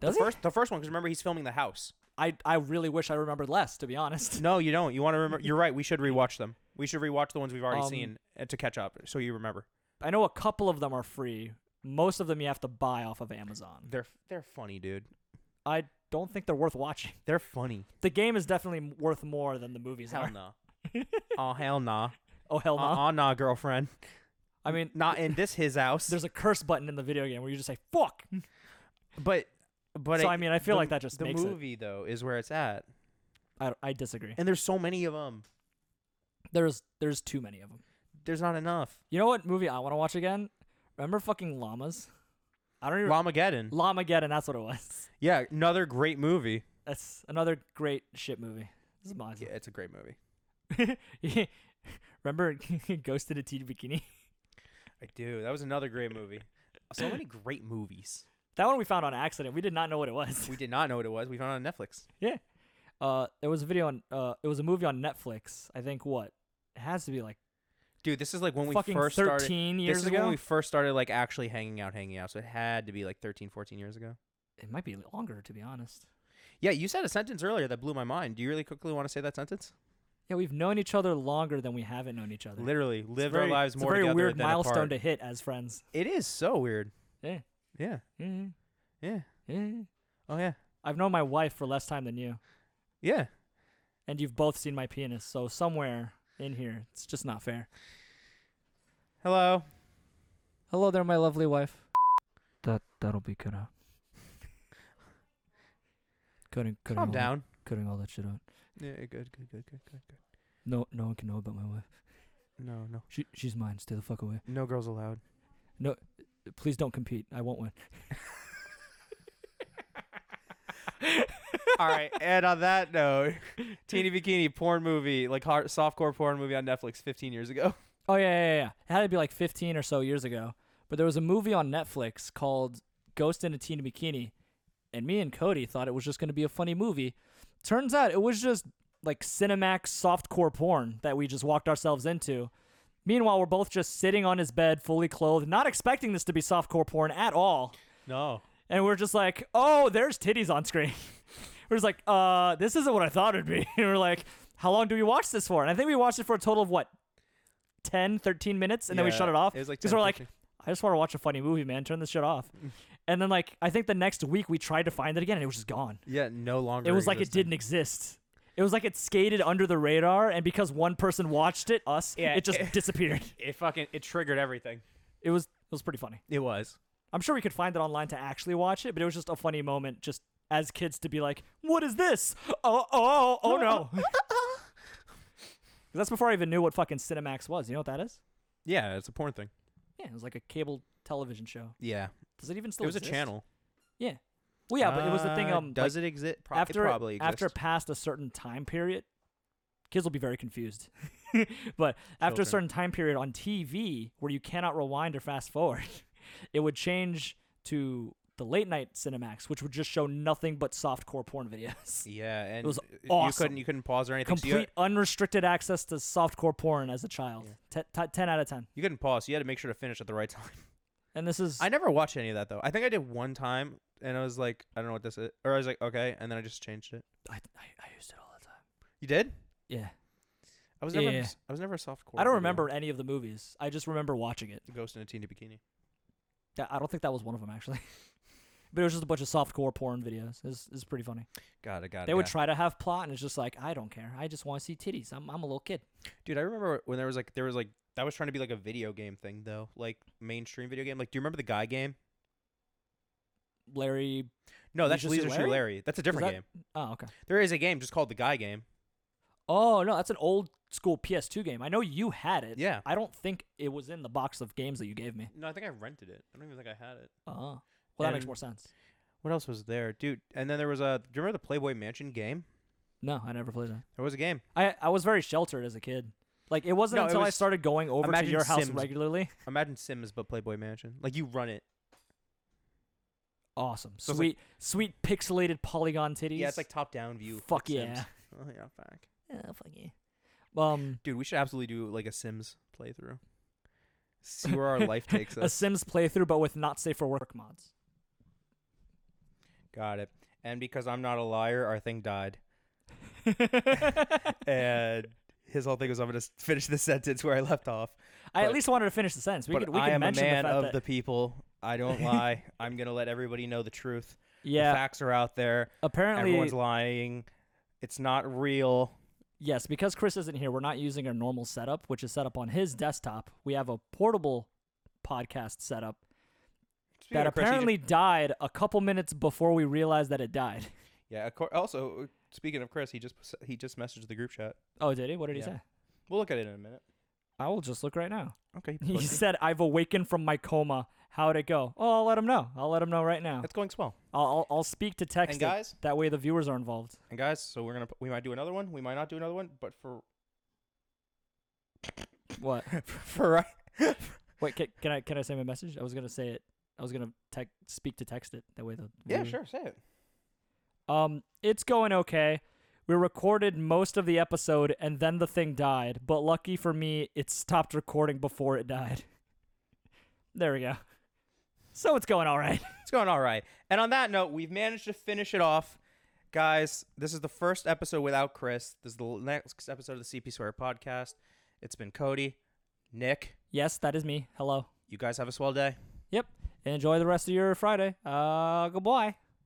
does
the
he?
first, the first one, because remember he's filming the house.
I I really wish I remembered less, to be honest.
No, you don't. You want to remember? You're right. We should rewatch them. We should rewatch the ones we've already
Um,
seen uh, to catch up, so you remember.
I know a couple of them are free. Most of them you have to buy off of Amazon.
They're they're funny, dude.
I don't think they're worth watching.
They're funny.
The game is definitely m- worth more than the movies
Hell
are.
no. oh hell nah.
Oh hell no!
Uh-uh, nah, girlfriend.
I mean,
Not in this his house.
there's a curse button in the video game where you just say "fuck."
But but
So, I mean, I feel
the-
like that just
the
makes it-
movie though is where it's at,
I, I disagree.
and there's so many of them.
There's there's too many of them.
There's not enough.
You know what movie I want to watch again? Remember fucking llamas? I don't even.
Lamageddon.
Llamageddon. That's what it was.
Yeah, another great movie.
That's another great shit movie. This is mine.
Yeah, it's a great movie.
Remember Ghost in a Teen Bikini?
I do. That was another great movie. So many great movies.
That one we found on accident. We did not know what it was.
We did not know what it was. We found it on Netflix.
Uh, there was a video on. Uh, it was a movie on Netflix. I think what it has to be like
Dude, this is like when we
fucking
first
thirteen
started.
years
this is
ago.
when we first started like actually hanging out, hanging out. So it had to be like 13, 14 years ago.
It might be longer, to be honest.
Yeah, you said a sentence earlier that blew my mind. Do you really quickly want to say that sentence?
Yeah, we've known each other longer than we haven't known each other.
Literally,
It's
lived
very-
our lives
it's
more
a very
together
weird
than
milestone
apart.
to hit as friends.
It is so weird.
Yeah.
Yeah.
Mm,
Yeah.
mm.
Oh yeah.
I've known my wife for less time than you,
Yeah.
and you've both seen my penis. So somewhere in here, it's just not fair.
Hello.
Hello there, my lovely wife. That that'll be cut out. cutting, cutting
Calm
all that-
down.
cutting all that shit out.
Yeah, good, good, good, good, good, good.
No, no one can know about my wife.
No, no.
She, she's mine. Stay the fuck away.
No girls allowed.
Please don't compete. I won't win.
All right, and on that note, Teeny Bikini porn movie, like hard, softcore porn movie on Netflix 15 years ago.
Oh yeah, yeah, yeah. It had to be like 15 or so years ago. But there was a movie on Netflix called Ghost in a Teen Bikini, and me and Cody thought it was just going to be a funny movie. Turns out it was just like Cinemax softcore porn that we just walked ourselves into. Meanwhile, we're both just sitting on his bed, fully clothed, not expecting this to be softcore porn at all.
No.
And we're just like, oh, there's titties on screen. we're just like, uh, this isn't what I thought it'd be. and we're like, how long do we watch this for? And I think we watched it for a total of what, 10, 13 minutes? And then we shut it off.
It was like
'Cause
10,
we're like,
15.
I just want to watch a funny movie, man. Turn this shit off. and then, like, I think the next week we tried to find it again and it was just gone.
yeah, no longer.
It was like it
existed.
didn't exist. It was like it skated under the radar. And because one person watched it, us,
Yeah,
it just
it-
disappeared.
It fucking it triggered everything.
It was, it was pretty funny.
It was.
I'm sure we could find it online to actually watch it, but it was just a funny moment just as kids to be like, what is this? Oh, oh, oh no. 'Cause That's before I even knew what fucking Cinemax was. You know what that is?
Yeah, it's a porn thing.
Yeah, it was like a cable television show.
Yeah,
Does it even still
it was a
exist?
channel.
Well, yeah, but it was the thing.
Uh,
Um,
does it exist? Pro- it
after
probably exists.
after past a certain time period, kids will be very confused. but after a
Children.
certain time period on TV where you cannot rewind or fast forward, it would change to the late night Cinemax, which would just show nothing but softcore porn videos.
Yeah, and
was
You
awesome.
couldn't you couldn't pause or anything. so you,
Complete
had-
unrestricted access to softcore porn as a child. Te- te- 10 out of 10.
you couldn't pause. So you had to make sure to finish at the right time.
And this is
I never watched any of that though. I think I did one time, and I was like, I don't know what this is, or I was like, okay, and then I just changed it.
I, I, I used it all the time.
You did?
Yeah.
I was never.
Yeah.
I was never a soft core.
I don't remember any of the movies. I just remember watching it.
Ghost in a Teeny Bikini.
That- I don't think that was one of them actually. but it was just a bunch of softcore porn videos. It's it's pretty funny.
Got it. Got it.
They would
got it.
try to have plot, and it's just like I don't care. I just want to see titties. I'm I'm a little kid.
Dude, I remember when there was like there was like that was trying to be like a video game thing though, like mainstream video game. Like, do you remember the Guy game?
Larry.
No, that's
Leisure Suit
Leisure Suit
Larry?
Larry. That's a different
that-
game.
Oh okay.
There is a game just called the Guy game.
Oh no, that's an old school PS2 game. I know you had it.
Yeah.
I don't think it was in the box of games that you gave me.
No, I think I rented it. I don't even think I had it.
Oh. Well, that makes
And-
more sense.
What else was there, dude? And then there was a. Do you remember the Playboy Mansion game?
No, I never played that.
There was a game.
I I was very sheltered as a kid. Like it wasn't
No, it
until I
was-
started going over to
imagine
your house
Sims.
regularly.
Imagine Sims but Playboy Mansion. Like you run it.
Awesome,
So it's like-
sweet, sweet pixelated polygon titties.
Yeah, it's like top down view.
fuck
like
yeah.
Sims. Oh yeah, fuck.
Yeah, Eh, fuck yeah. Um.
Dude, we should absolutely do like a Sims playthrough. See where our life takes
a
us.
Sims playthrough, but with not safe for work mods.
Got it. And because I'm not a liar, our thing died. and his whole thing was, I'm going to finish the sentence where I left off.
I at
But-
least wanted to finish the sentence. We
but
could we
I
could
am a
mention
man
the fact
of
that
the people. I don't lie. I'm going to let everybody know the truth.
Yeah.
The facts are out there.
Apparently,
Everyone's lying. It's not real.
yes, because Chris isn't here, we're not using our normal setup, which is set up on his desktop. We have a portable podcast setup
Speaking
that
of Chris, he ju-
apparently died a couple minutes before we realized that it died.
yeah. Of course, also, uh, speaking of Chris, he just he just messaged the group chat.
Oh, did he? What did he
Yeah.
say?
We'll look at it in a minute.
I will just look right now.
Okay.
He
pussy.
said, "I've awakened from my coma. How'd it go? Oh, I'll let him know. I'll let him know right now.
It's going swell.
I'll I'll, I'll speak to text.
And
it.
guys,
that way the viewers are involved.
and guys, so we're gonna p- we might do another one. We might not do another one, but for
What?
for right.
Wait, can, can I can I say my message? I was gonna say it. I was gonna tec- speak to text it. That way the
Yeah,
viewer-
sure. Say it.
Um, it's going okay. We recorded most of the episode and then the thing died. But lucky for me, it stopped recording before it died. there we go. So it's going all right.
It's going all right. And on that note, we've managed to finish it off. Guys, this is the first episode without Chris. This is the l- next episode of the CP Square podcast. It's been Cody, Nick.
Yes, that is me. Hello.
You guys have a swell day.
Yep. Enjoy the rest of your Friday. Uh, goodbye.